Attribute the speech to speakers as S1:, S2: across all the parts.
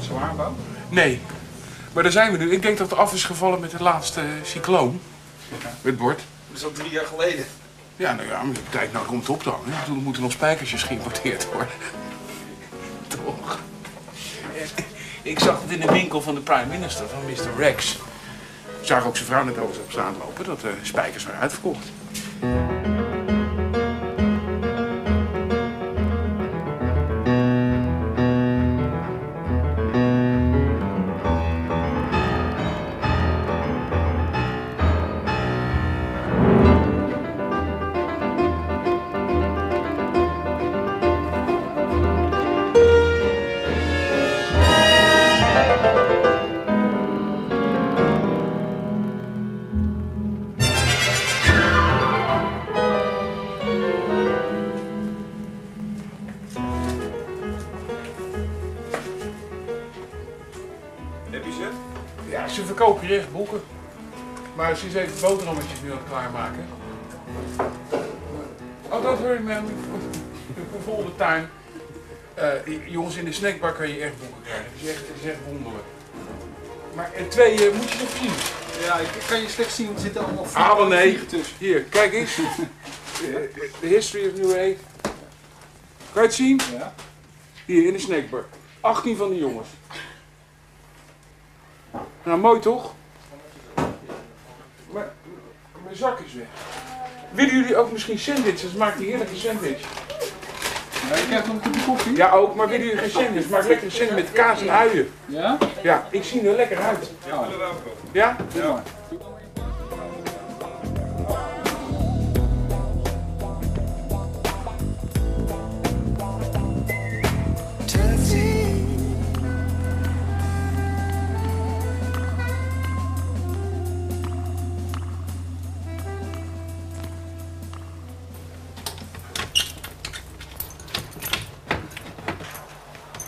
S1: Zwaar, Bo?
S2: Nee. Maar daar zijn we nu. Ik denk dat het af is gevallen met de laatste eh, cycloon. Met bord.
S1: Dat is al drie jaar geleden.
S2: Ja, nou ja, maar de tijd nou komt op dan. Hè. Ik bedoel, er moeten nog spijkertjes geïmporteerd worden. Toch? Eh, Ik zag het in de winkel van de prime minister, van Mr. Rex. Ik zag ook zijn vrouw net over op straat lopen dat de spijkers waren uitverkocht.
S1: Heb je ze?
S2: Ja, ze verkopen hier echt boeken. Maar ze is even boterhammetjes nu aan het klaarmaken. Oh, dat hoor ik man. Vol de tuin. Eh, jongens, in de snackbar kan je echt boeken krijgen. Dat is echt, dat is echt wonderlijk. Maar en twee eh, moet je nog zien.
S1: Ja, ik ik kan je slecht zien, er zitten allemaal
S2: Ah, wel, nee.
S1: vliegen tussen.
S2: Hier, kijk eens. Eh, De history of New Age. Kan je het zien?
S1: Ja.
S2: Hier in de snackbar. 18 van de jongens. Nou, mooi toch? Maar mijn zak is weg. Willen jullie ook misschien sandwiches? Maak die heerlijke sandwich.
S1: Ja, ik heb nog een kopje koffie.
S2: Ja, ook, maar willen jullie geen sandwich? Maak lekker een sandwich met kaas en uien.
S1: Ja?
S2: Ja, ik zie er lekker uit.
S1: Ja.
S2: Ja?
S1: ja.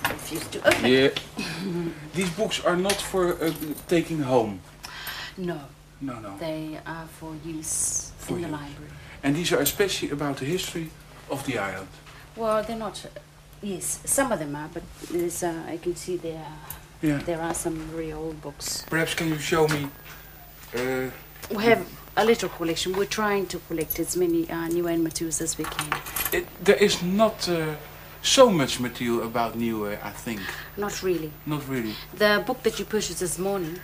S3: Refuse to open.
S2: Yeah. These books are not for uh, taking home.
S3: No,
S2: No, no.
S3: they are for use
S2: For
S3: in the
S2: use.
S3: library.
S2: And these are especially about the history of the island.
S3: Well, they're not. Yes, some of them are, but there's, uh, I can see there are,
S2: Yeah.
S3: there are some very old books.
S2: Perhaps can you show me? Uh,
S3: We have a little collection. We're trying to collect as many uh, new animateurs as we can.
S2: it, there is not uh, so much material about Niue, I think.
S3: Not really.
S2: Not really.
S3: The book that you purchased this morning,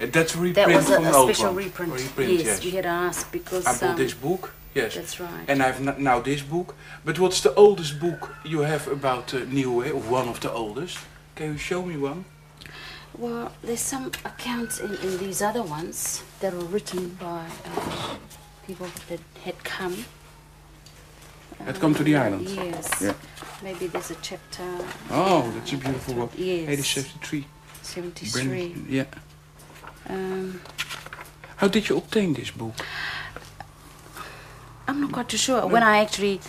S2: Uh, that's a
S3: that
S2: reprint
S3: was a,
S2: from
S3: a
S2: an old
S3: special
S2: one.
S3: reprint.
S2: Reprint,
S3: yes,
S2: yes.
S3: we had asked because.
S2: I bought
S3: um,
S2: this book. Yes.
S3: That's right.
S2: And I've n- now this book. But what's the oldest book you have about uh, Niue, or one of the oldest? Can you show me one?
S3: Well, there's some accounts in, in these other ones that were written by uh, people that had come.
S2: Had come to the island?
S3: Uh, Yes.
S2: Yeah.
S3: Maybe there's a chapter.
S2: Oh, that's a beautiful one.
S3: Yes.
S2: 1873.
S3: 73.
S2: Yeah.
S3: Um,
S2: How did you obtain this book?
S3: I'm not quite too sure. When I actually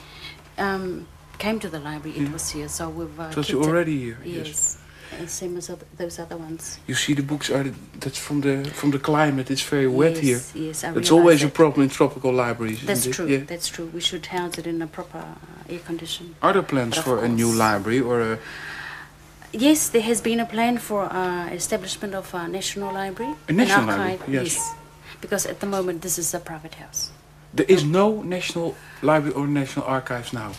S3: um, came to the library, it was here, so we've. Uh,
S2: It was
S3: kept it.
S2: already here.
S3: Yes. And same as other, those other ones.
S2: You see, the books are that's from the from the climate. It's very wet
S3: yes,
S2: here.
S3: Yes, I
S2: It's
S3: realize
S2: always a
S3: that.
S2: problem in tropical libraries.
S3: That's
S2: isn't it?
S3: true.
S2: Yeah.
S3: That's true. We should house it in a proper uh, air condition.
S2: Are there plans
S3: Of
S2: for a new
S3: course.
S2: library or a,
S3: Yes, there has been a plan for uh, establishment of a national library.
S2: A national
S3: an archive,
S2: library, yes.
S3: Because at the moment this is a private house.
S2: there is no national library or national archives now?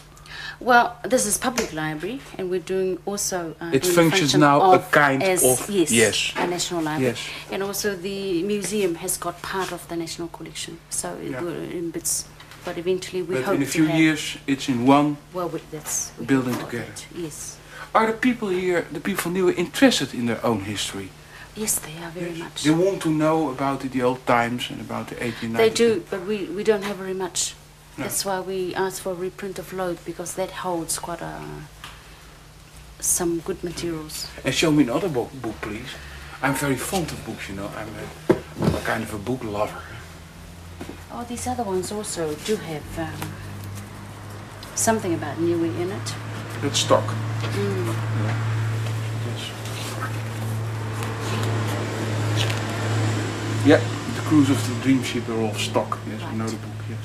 S3: Well, this is public library, and we're doing also. Uh,
S2: It
S3: in the
S2: functions
S3: function
S2: now a
S3: of
S2: kind
S3: as,
S2: of-
S3: yes,
S2: yes.
S3: a national library,
S2: Yes.
S3: and also the museum has got part of the national collection. So it
S2: Yeah.
S3: will in bits, but eventually we
S2: but
S3: hope
S2: in a
S3: to
S2: few
S3: have-
S2: years, it's in one.
S3: Well, we, that's we hope
S2: Building
S3: for
S2: together.
S3: that, Yes,
S2: Are the people here, the people from Nieuwe, interested in their own history?
S3: yes, they are very much.
S2: They want to know about the, the old times and about the 1890s.
S3: They do, but we, we don't have very much.
S2: No.
S3: That's why we asked for a reprint of Load because that holds quite a, some good materials.
S2: And show me another book, book please. I'm very fond of books, you know. I'm a, I'm a kind of a book lover.
S3: Oh, these other ones also do have um, something about Nui in it.
S2: That's stock. Yeah. The Cruise of the Dream Ship are all stock. Yes, I know the book, yes.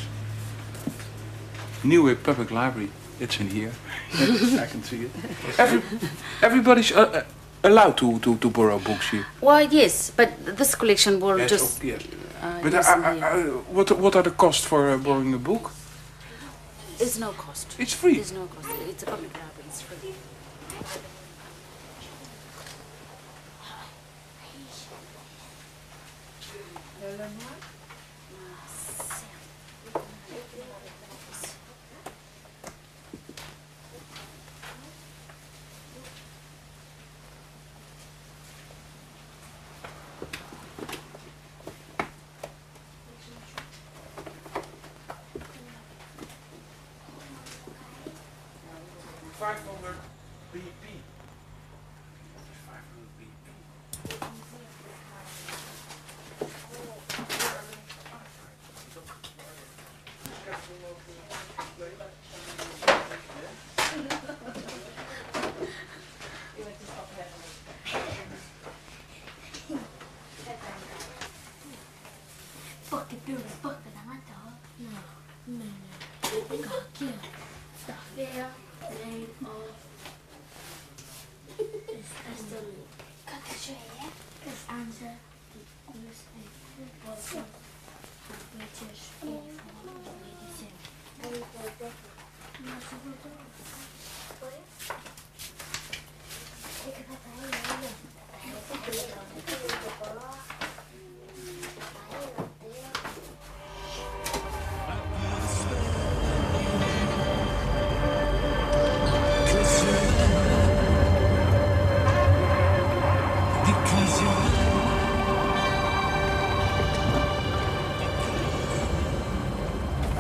S2: New Public Library. It's in here. Yes, I can see it. Every, everybody's uh, uh, allowed to, to, to borrow books here.
S3: Well, yes, but this collection will
S2: Yes,
S3: Oh, just.
S2: of- yes.
S3: uh,
S2: But uh,
S3: use in
S2: uh,
S3: here.
S2: uh, what, what are the costs for uh, borrowing a book?
S3: There's no cost.
S2: It's free.
S3: There's no cost. It's a public library. It's free.
S4: Fuck the building, fuck the dog. No, no, no. God, kill. The fair name of. Cut the shit, yeah? Because I'm the oldest and welcome of British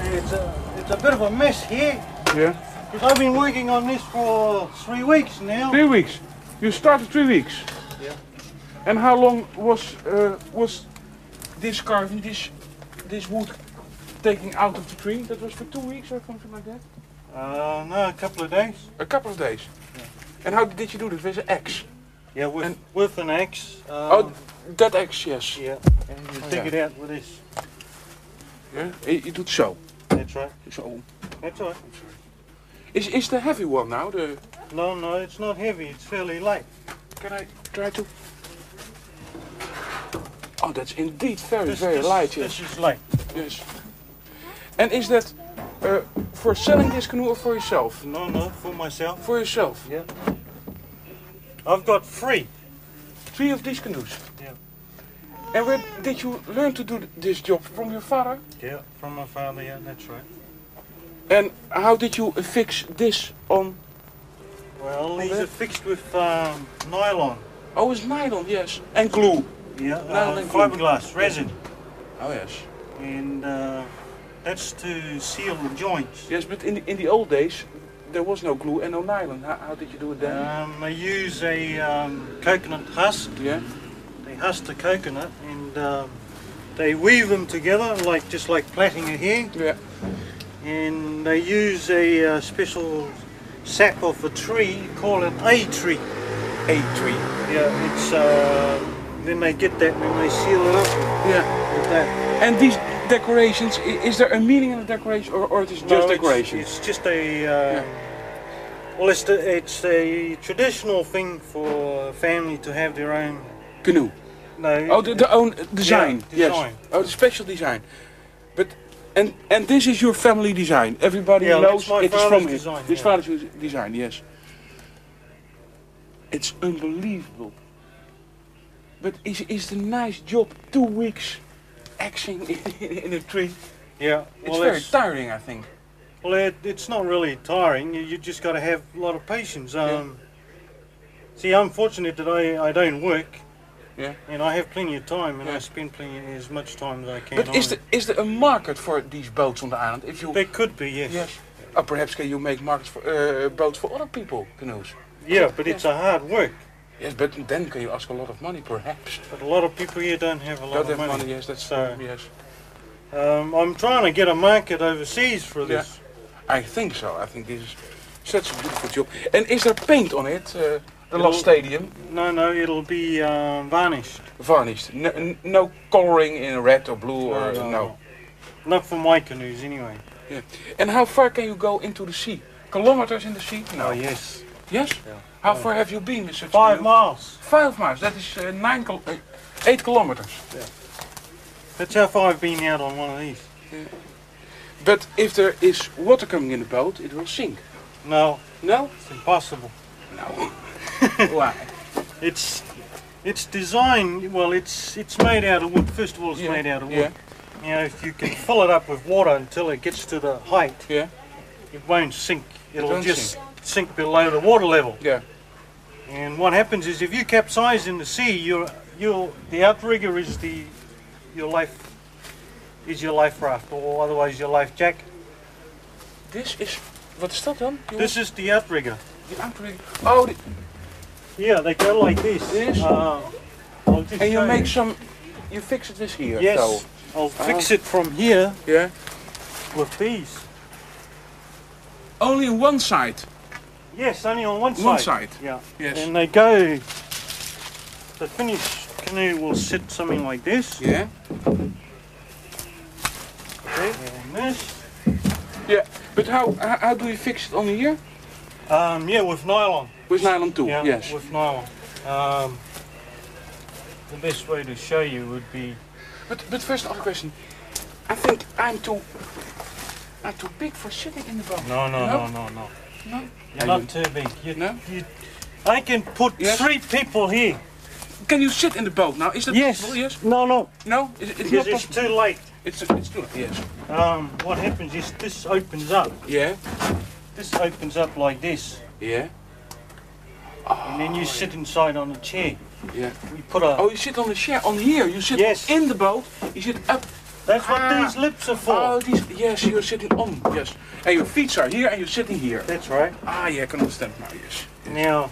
S5: It's a, it's a bit of a mess here
S2: Yeah.
S5: because I've been working on this for three weeks now.
S2: Three weeks. You started three weeks.
S5: Yeah.
S2: And how long was uh, was this carving, this this wood taking out of the tree? That was for two weeks or something like that.
S5: Uh, no, a couple of days.
S2: A couple of days. And how did you do this with an axe?
S5: Yeah, with,
S2: And-
S5: with an axe. Um,
S2: oh, that axe, yes.
S5: yeah. And you
S2: Oh,
S5: take
S2: yeah.
S5: it out with this.
S2: Yeah. Je, je doet zo.
S5: That's right.
S2: Zo.
S5: That's right.
S2: Is is the heavy one now? The
S5: No, no, it's not heavy. It's fairly light.
S2: can I try to? Oh, that's indeed very
S5: This,
S2: very
S5: this,
S2: light. Yes.
S5: This is light.
S2: Yes. And Dus. is that uh, for selling this canoe or for yourself?
S5: No, no, for myself.
S2: For yourself.
S5: Yeah. I've got three.
S2: Three of these canoes.
S5: Yeah.
S2: And where did you learn to do th- this job from your father?
S5: Yeah, from my father. Yeah, that's right.
S2: And how did you fix this on?
S5: Well, these
S2: that-
S5: are fixed with um, nylon.
S2: Oh, it's nylon, yes. And glue.
S5: Yeah,
S2: Nylon
S5: uh,
S2: and glue.
S5: fiberglass, resin.
S2: Oh yes.
S5: and uh, that's to seal the joints.
S2: Yes, but in the, in the old days there was no glue and no nylon. How, how did you do it then?
S5: Um, I use a um, coconut husk.
S2: yeah.
S5: They husk the coconut and um, they weave them together, like just like plaiting a hair.
S2: Yeah.
S5: And they use a uh, special sap of a tree called an a tree.
S2: A tree.
S5: Yeah, it's uh, then they get that and they seal it up
S2: Yeah.
S5: with that.
S2: And these decorations, i- is there a meaning in the decoration or, or it is just
S5: No, it's-
S2: decoration?
S5: It's, just a. Uh, Well, it's, the, it's a traditional thing for a family to have their own
S2: Canoe.
S5: No.
S2: Oh, the, the own design.
S5: Yeah,
S2: Yes.
S5: design.
S2: Oh, the special design. But and and this is your family design. Everybody
S5: Yeah,
S2: knows
S5: that's my
S2: it is
S5: father's
S2: from his
S5: design,
S2: His
S5: yeah.
S2: father's design. Yes. It's unbelievable. But is is the nice job two weeks axing in, in a tree?
S5: yeah.
S2: It's
S5: Well,
S2: very
S5: it's,
S2: tiring, I think.
S5: well it, it's not really tiring. You, you just got to have a lot of patience. Um, See, I'm fortunate that I, I don't work.
S2: Yeah.
S5: And I have plenty of time, and
S2: Yeah.
S5: I spend plenty as much time as I can.
S2: But is
S5: on
S2: there is there a market for these boats on the island? If you
S5: it. There could be, yes.
S2: yes. Or perhaps can you make markets for uh, boats for other people canoes?
S5: Yeah, but it's a hard work.
S2: Yes, but then can you ask a lot of money, perhaps?
S5: But a lot of people here don't have a lot
S2: Don't have
S5: of money.
S2: money, yes, that's
S5: So-
S2: yes.
S5: Um, I'm trying to get a market overseas for this.
S2: I think so. I think this is such a beautiful job. And is there paint on it? Uh, the
S5: Little-
S2: last stadium
S5: No, no, it'll be um, varnished.
S2: varnished. No, n- no coloring in red or blue
S5: No,
S2: or
S5: no,
S2: no.
S5: no. Not for my canoes, anyway.
S2: Yeah. And how far can you go into the sea? Kilometers in the sea? No.
S5: Oh, yes.
S2: Yes?
S5: Yeah.
S2: How far have you been, Mr.
S5: Five
S2: Tadeu?
S5: miles.
S2: Five miles. That is uh, nine kil- uh, eight kilometers.
S5: That's how far I've been out on one of these.
S2: But if there is water coming in the boat, it will sink.
S5: No,
S2: No?
S5: it's impossible.
S2: No. Why?
S5: It's it's designed well it's it's made out of wood. First of all it's
S2: Yeah,
S5: made out of
S2: yeah.
S5: wood. You know, if you can fill it up with water until it gets to the height,
S2: Yeah?
S5: it won't sink. It'll
S2: won't
S5: just sink. below the water level.
S2: Yeah.
S5: And what happens is if you capsize in the sea, you're you're the outrigger is the your life is your life raft or otherwise your life jacket.
S2: This is... Wat is dat dan? Die-
S5: This is the outrigger.
S2: die aankondiging. Oh, die-
S5: Yeah, they go like this.
S2: Yes.
S5: Uh, I'll just
S2: and you
S5: show
S2: make some... You fix it with here.
S5: Yes,
S2: So.
S5: I'll
S2: uh-huh.
S5: fix it from here
S2: Yeah?
S5: with these.
S2: Only on one side.
S5: Yes, only on one side.
S2: One side.
S5: Yeah.
S2: Yes.
S5: And they go. The finished canoe will sit something like this.
S2: Yeah?
S5: Okay. And this.
S2: Yeah. But how, how how do you fix it only here?
S5: Um, yeah, with nylon.
S2: With nylon too,
S5: Yeah,
S2: yes.
S5: with nylon. Um, the best way to show you would be.
S2: But, but first, other question. I think I'm too... I'm too big for sitting in the boat.
S5: No, no,
S2: No?
S5: no, no, no.
S2: No?
S5: You're not too big. You,
S2: No?
S5: you, I can put
S2: Yes?
S5: three people here.
S2: Can you sit in the boat now? Is that possible? Yes.
S5: No, no.
S2: No? Is it, it's not
S5: Because it's
S2: possible.
S5: too late.
S2: It's, it's too Yes.
S5: Um, what happens is this opens up.
S2: Yeah?
S5: This opens up like this,
S2: Yeah?
S5: and then you sit inside on a chair.
S2: Yeah.
S5: We put a.
S2: Oh, you sit on the chair, on here. You sit
S5: Yes.
S2: in the boat. You sit up.
S5: That's what
S2: Ah.
S5: these lips are for.
S2: Oh, these, yes, you're sitting on. Yes. And your feet are here and you're sitting here.
S5: That's right.
S2: Ah, yeah, I can understand now, yes.
S5: Now,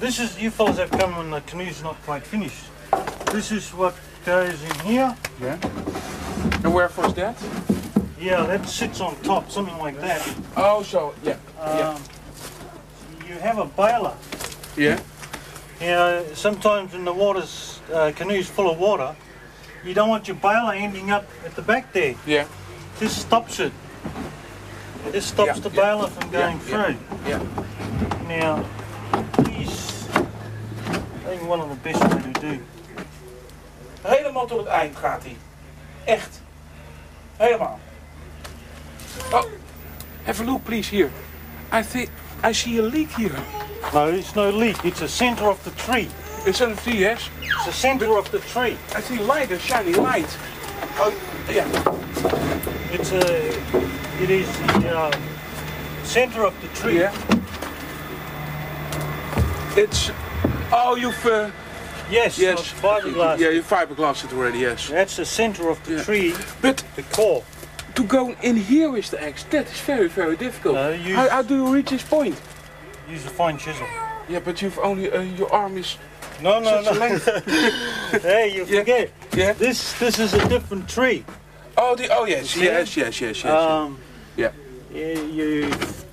S5: this is you fellas have come when the canoe's not quite finished. This is what goes in here.
S2: Yeah. And wherefore is that?
S5: Yeah, that sits on top, something like that.
S2: Oh, so, yeah.
S5: Um, You have a baler.
S2: yeah.
S5: Now, sometimes when the water's uh, canoe's full of water, you don't want your baler ending up at the back there.
S2: Yeah.
S5: This stops it. This stops
S2: Yeah,
S5: the
S2: yeah,
S5: baler from
S2: yeah,
S5: going
S2: yeah.
S5: through.
S2: Yeah.
S5: Now, these, I think one of the best way to do.
S2: Helemaal tot het eind gaat hij. Echt. Helemaal. Oh, have a look, please, here. I think I see a leak here.
S5: No, it's no leak. It's the center of the tree.
S2: It's of three, yes?
S5: It's the center of the tree.
S2: I see light, a shiny light. Oh, yeah.
S5: It's a, it is the uh, center of the tree.
S2: Yeah. It's. Oh, you've. Uh,
S5: Yes.
S2: yes.
S5: it's Fiberglass.
S2: Yeah, you fiberglass it er already, yes.
S5: That's the center of the
S2: Yeah.
S5: tree.
S2: But
S5: The core.
S2: to go in here is the axe. That is very, very difficult.
S5: No, you-
S2: how, how do you reach this point?
S5: Use a fine chisel.
S2: Yeah, but you've only. Uh, your arm is.
S5: No, no,
S2: Such a
S5: no. hey, you
S2: Yeah.
S5: forget.
S2: Yeah.
S5: This, this is a different tree.
S2: Oh, the, oh yes,
S5: See?
S2: yes, yes, yes, yes.
S5: Um,
S2: Yeah.
S5: yeah, You,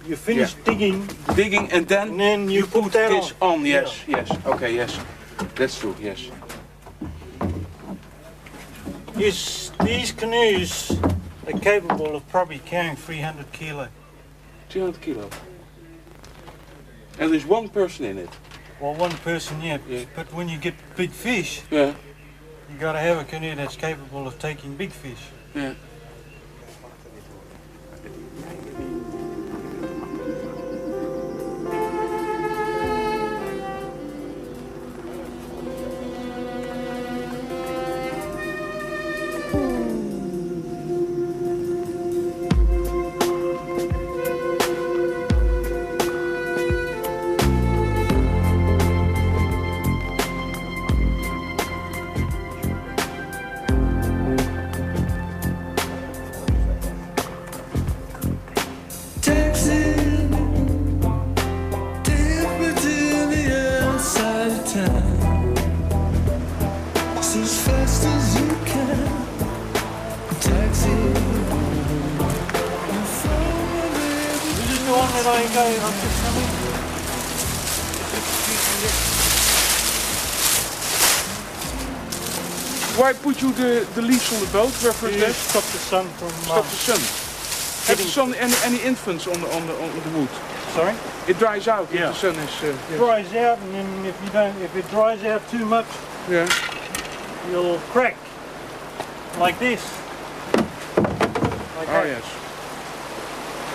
S5: you finish digging,
S2: Digging and then
S5: and then you, put, that
S2: this
S5: on.
S2: on. Yes, yes. Okay, yes. That's true. Yes.
S5: Yes, these canoes are capable of probably carrying 300 kilo.
S2: 200 kilo. And there's one person in it.
S5: Well, one person, yeah,
S2: Yeah.
S5: but when you get big fish,
S2: Yeah.
S5: you gotta have a canoe that's capable of taking big fish.
S2: Yeah.
S6: Texting, take me to the outside of town. It's as fast as you can. Taxi, you follow me.
S5: This is the one that I go, I took something.
S2: Why put you the, the leaves on the boat? Where for
S5: You stop the sun from.
S2: Stop
S5: uh,
S2: the sun. Have the sun any, any influence on the, on the, on the wood?
S5: sorry?
S2: It dries out if
S5: Yeah.
S2: the sun is... Uh, yes.
S5: Dries out, and then if you don't, if it dries out too much,
S2: Yeah.
S5: you'll crack like this. Like
S2: Oh,
S5: that.
S2: yes.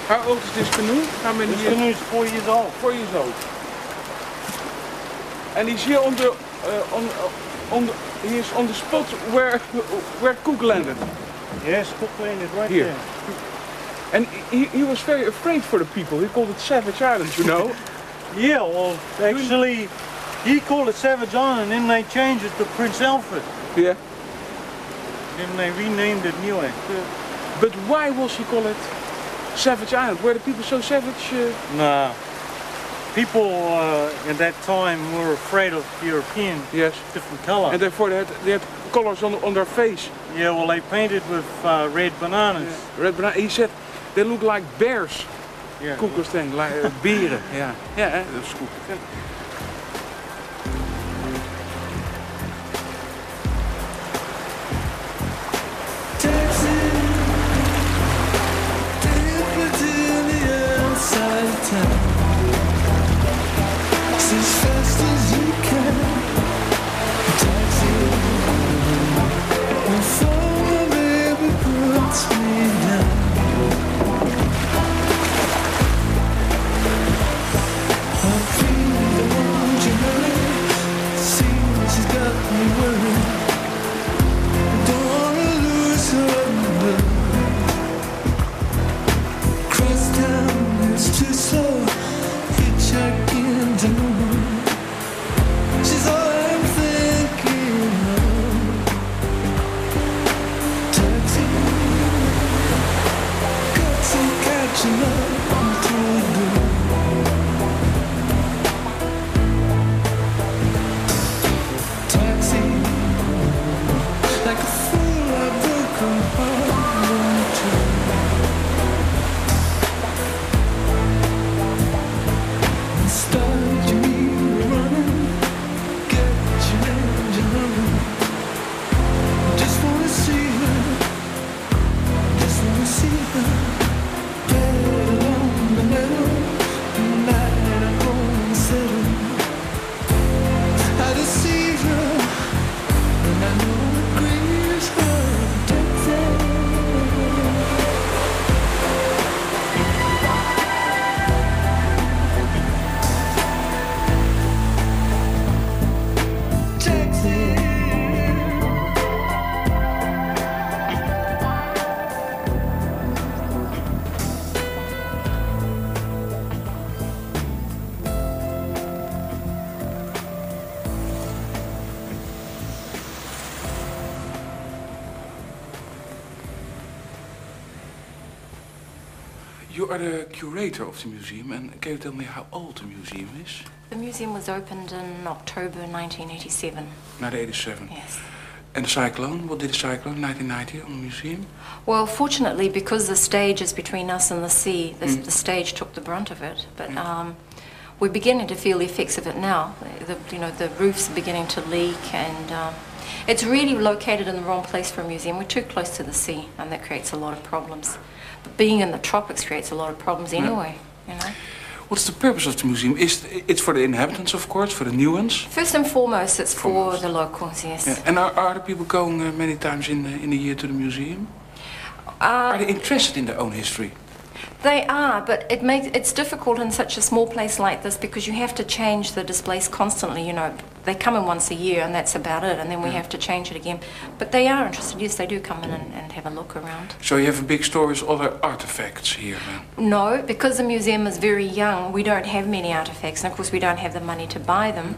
S2: How old is this canoe? How many
S5: This
S2: years?
S5: canoe's four years old.
S2: Four years old. And he's here on the... Uh, on, uh, on the he is on the spot where, where Cook landed.
S5: Yes, cook landed right
S2: Here.
S5: there.
S2: And he, he was very afraid for the people. He called it Savage Island, you know?
S5: Yeah, well, actually, he called it Savage Island, and then they changed it to Prince Alfred.
S2: yeah.
S5: Then they renamed it Newland.
S2: But why was he called it Savage Island? Were the people so savage? Uh,
S5: Nah. People uh, at that time were afraid of European
S2: yes.
S5: different color.
S2: And therefore they had, they had colors on, on their face.
S5: yeah, well, they painted with uh, red bananas.
S2: Red banana. He said they look like bears.
S5: Yeah.
S2: Koekensteng, like uh, beren. Ja, ja hè? dat is goed.
S6: Taxi, take me to the outside of town. It's as fast as you can. Taxi, before my baby puts me down. I'm feeling you hurry. Seems you got me worried. Don't wanna lose her love. Cross town is too slow. Hitchhiking to nowhere. She's all I'm thinking of. Taxi. Guts and catching up to the door. Taxi like a fool I broke her heart in two. Start you running, get your engine running. Just wanna see her, just wanna see her. Get along the middle, night I'm gonna settle. I deceive her. And I know it grieves her deeply. Texas.
S2: You are the curator of the museum and can you tell me how old the museum is?
S7: The museum was opened in October 1987.
S2: 1987.
S7: Yes.
S2: And the cyclone? What did the cyclone 1990 on the museum?
S7: Well, fortunately, because the stage is between us and the sea, the,
S2: Mm.
S7: the stage took the brunt of it. But um, we're beginning to feel the effects of it now. The, you know, the roofs are beginning to leak, and um, it's really located in the wrong place for a museum. We're too close to the sea, and that creates a lot of problems. But being in the tropics creates a lot of problems anyway. You know.
S2: What's the purpose of the museum? Is It's for the inhabitants, of course, for the new ones.
S7: First and foremost, it's for
S2: Foremost.
S7: the locals. Yes.
S2: Yeah. And are, are the people going uh, many times in, uh, in a year to the museum? are they interested in their own history?
S7: Uh, They are, but it makes it's difficult in such a small place like this because you have to change the displays constantly. You know, they come in once a year and that's about it, and then we
S2: Mm.
S7: have to change it again. But they are interested. Yes, they do come in and, and have a look around.
S2: So you have a big store with other artifacts here. then?
S7: No, because the museum is very young, we don't have many artifacts, and of course we don't have the money to buy them.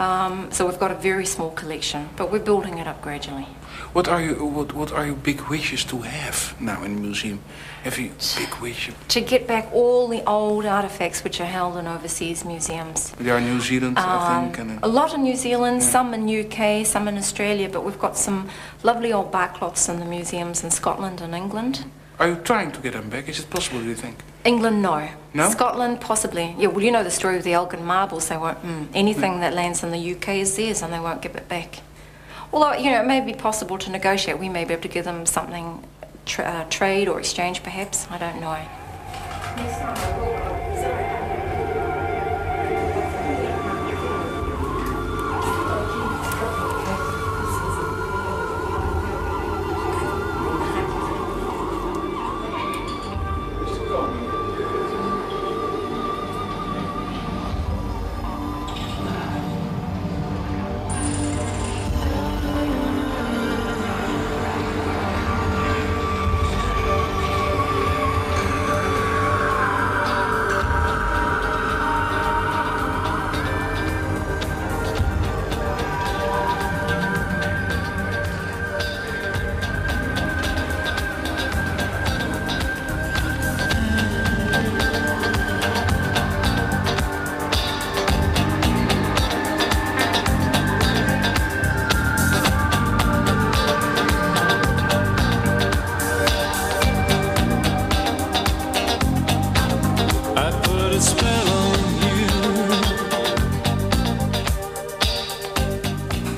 S7: Um, so we've got a very small collection, but we're building it up gradually.
S2: What are you? What, what are your big wishes to have now in the museum? Have you big wish?
S7: To get back all the old artifacts which are held in overseas museums.
S2: There are New Zealand, I think, and
S7: Um, A
S2: uh,
S7: lot in New Zealand, some in UK, some in Australia, but we've got some lovely old barcloths in the museums in Scotland and England.
S2: are you trying to get them back? Is it possible? Do you think?
S7: England, no.
S2: No?
S7: Scotland, possibly. Yeah, well, you know the story of the Elgin marbles. They won't, mm, anything that lands in the UK is theirs and they won't give it back. Although, you know, it may be possible to negotiate. We may be able to give them something, tra- uh, trade or exchange perhaps. I don't know.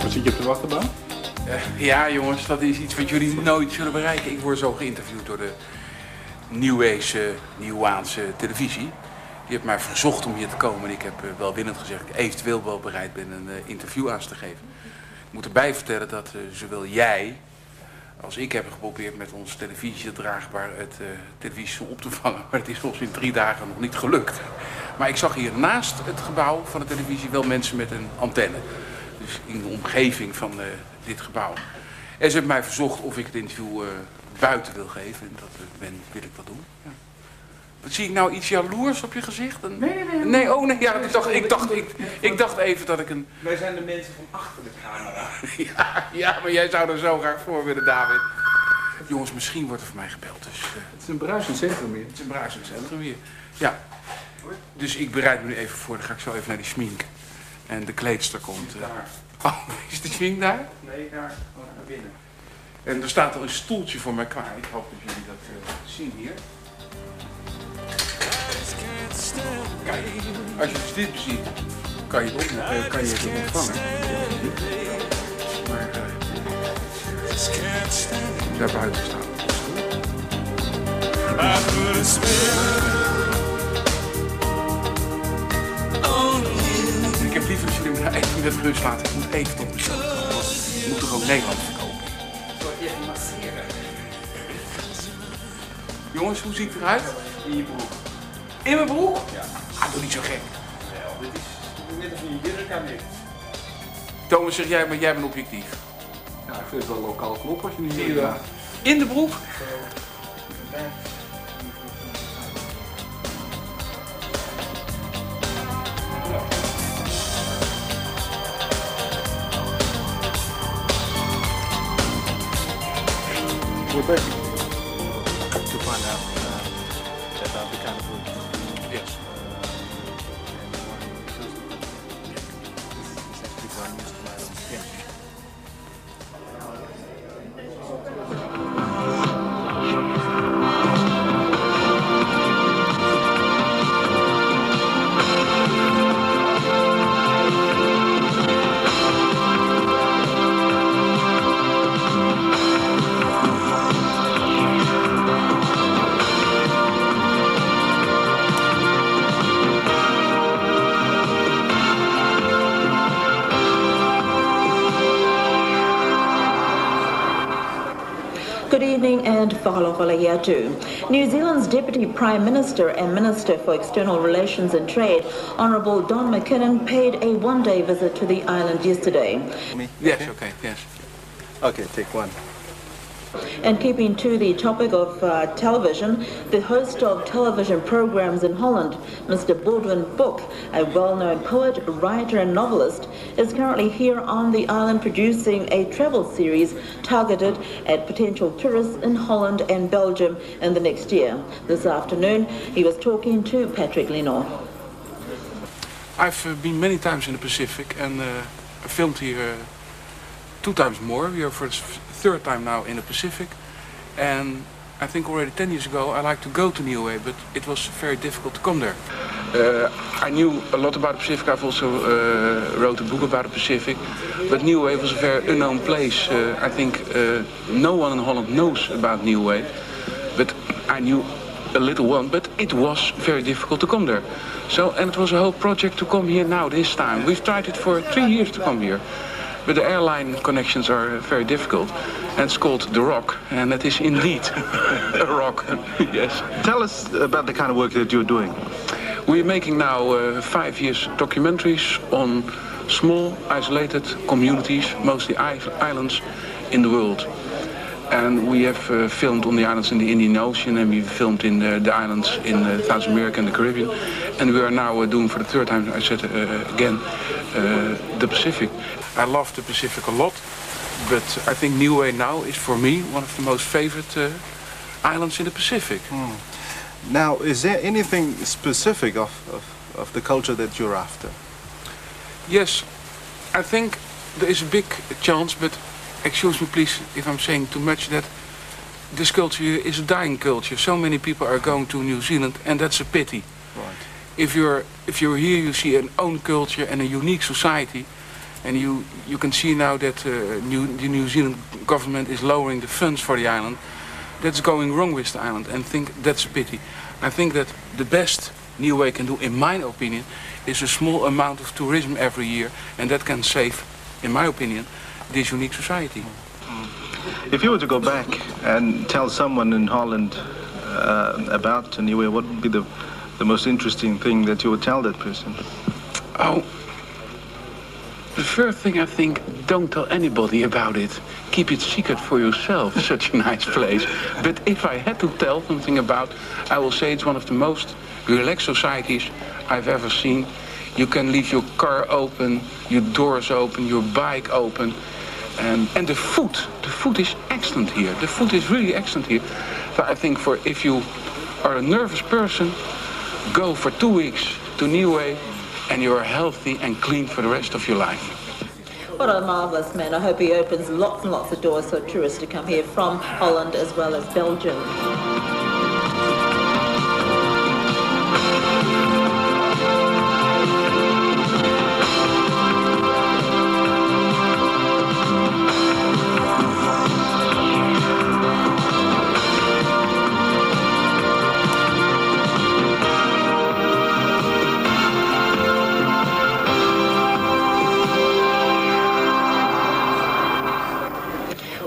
S8: zit je op de wachterbaan?
S9: Eh, ja, jongens, dat is iets wat jullie nooit zullen bereiken. Ik word zo geïnterviewd door de New Age, eh, Nieuwaanse televisie. Die heeft mij verzocht om hier te komen. En ik heb eh, welwillend gezegd dat ik eventueel wel bereid ben een eh, interview aan ze te geven. Ik moet erbij vertellen dat eh, zowel jij als ik hebben geprobeerd met ons televisiedraagbaar het eh televisie op te vangen. Maar het is ons in drie dagen nog niet gelukt. Maar ik zag hier naast het gebouw van de televisie wel mensen met een antenne. Dus in de omgeving van eh, dit gebouw. En ze hebben mij verzocht of ik het interview eh, buiten wil geven. En dat eh, ben, wil ik dat doen. Ja. Wat zie ik nou iets jaloers op je gezicht? Een-
S8: Nee, nee,
S9: Nee, oh nee, ja, ik dacht, ik, dacht, ik, ik dacht even dat ik een...
S8: Wij zijn de mensen van achter de camera.
S9: Ja, ja, maar jij zou er zo graag voor willen, David. Jongens, misschien wordt er voor mij gebeld, dus... eh,
S8: Het is een bruisend centrum hier.
S9: het is een bruisend centrum hier. Ja. Dus ik bereid me nu even voor, dan ga ik zo even naar die smink. En de kleedster komt. eh.
S8: Daar.
S9: Oh, is die smink daar?
S8: Nee, daar. Oh, naar binnen.
S9: En er staat al een stoeltje voor mij klaar. Ik hoop dat jullie dat eh, zien hier. Kijk, als je dus dit beziet, kan je het, opne- eh, kan je het ontvangen. Maar eh, daar buiten staan.
S10: I put a spell on you.
S9: Ik heb liever dat jullie me nou even met rust laten. Ik moet even tot mezelf komen. Ik moet toch ook Nederland verkopen? Jongens, hoe zie ik eruit?
S8: In je broek.
S9: In mijn broek?
S8: Ja.
S9: Ah, doe niet zo gek.
S8: Wel, dit is net als in je jurk aan ligt.
S9: Thomas, zeg jij, maar jij bent objectief.
S8: Ja, ik vind het wel lokaal knop als je nu
S9: Zie je wel. In de broek?
S11: We're back to find out uh, about the kind of work you do.
S9: Yes.
S11: Uh, and why you choose it. It's actually quite a useful item.
S5: Good evening and whalawalayatu. New Zealand's Deputy Prime Minister and Minister for External Relations and Trade, Honourable Don McKinnon, paid a one-day visit to the island yesterday.
S11: Me?
S9: Yes, oké, yes.
S11: Okay, take one.
S5: And keeping to the topic of uh, television, the host of television programs in Holland, Mr. Baldwin Book, a well-known poet, writer and novelist, is currently here on the island producing a travel series targeted at potential tourists in Holland and Belgium in the next year. This afternoon, he was talking to Patrick Lenore.
S9: I've uh, been many times in the Pacific and uh, I filmed here uh, two times more. We are for the third time now in the Pacific. And I think already 10 years ago I liked to go to Niue, but it was very difficult to come there. Uh, I knew a lot about the Pacific. I've also uh, wrote a book about the Pacific. But Niue was a very unknown place. Uh, I think uh, no one in Holland knows about Niue. But I knew a little one, but it was very difficult to come there. So, and it was a whole project to come here now this time. We've tried it for three years to come here. But the airline connections are uh, very difficult. And it's called The Rock, and it is indeed a rock, yes.
S11: Tell us about the kind of work that you're doing.
S9: We're making now uh, five years documentaries on small isolated communities, mostly is- islands in the world. And we have uh, filmed on the islands in the Indian Ocean and we filmed in the, the islands in uh, South America and the Caribbean. And we are now uh, doing for the third time, I said uh, again, uh, the Pacific. I love the Pacific a lot, but I think Niue now is for me one of the most favorite uh, islands in the Pacific.
S11: Now, is there anything specific of, of, of the culture that you're after?
S9: Yes, I think there is a big chance, but excuse me please if I'm saying too much, that this culture is a dying culture. So many people are going to New Zealand, and that's a pity.
S11: Right.
S9: If you're, if you're here, you see an own culture and a unique society, And you, you can see now that uh, New, the New Zealand government is lowering the funds for the island. That's going wrong with the island, and think that's a pity. I think that the best New Way can do, in my opinion, is a small amount of tourism every year, and that can save, in my opinion, this unique society.
S11: If you were to go back and tell someone in Holland uh, about Taniwe, what would be the, the most interesting thing that you would tell that person?
S9: Oh, the first thing I think, don't tell anybody about it. Keep it secret for yourself. Such a nice place. But if I had to tell something about, I will say it's one of the most relaxed societies I've ever seen. You can leave your car open, your doors open, your bike open. And, and the food, the food is excellent here. The food is really excellent here. So I think for if you are a nervous person, go for two weeks to Niue and you are healthy and clean for the rest of your life.
S12: What a marvellous man. I hope he opens lots and lots of doors for tourists to come here from Holland as well as Belgium.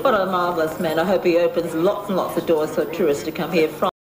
S12: What a marvellous man. I hope he opens lots and lots of doors for tourists to come here from.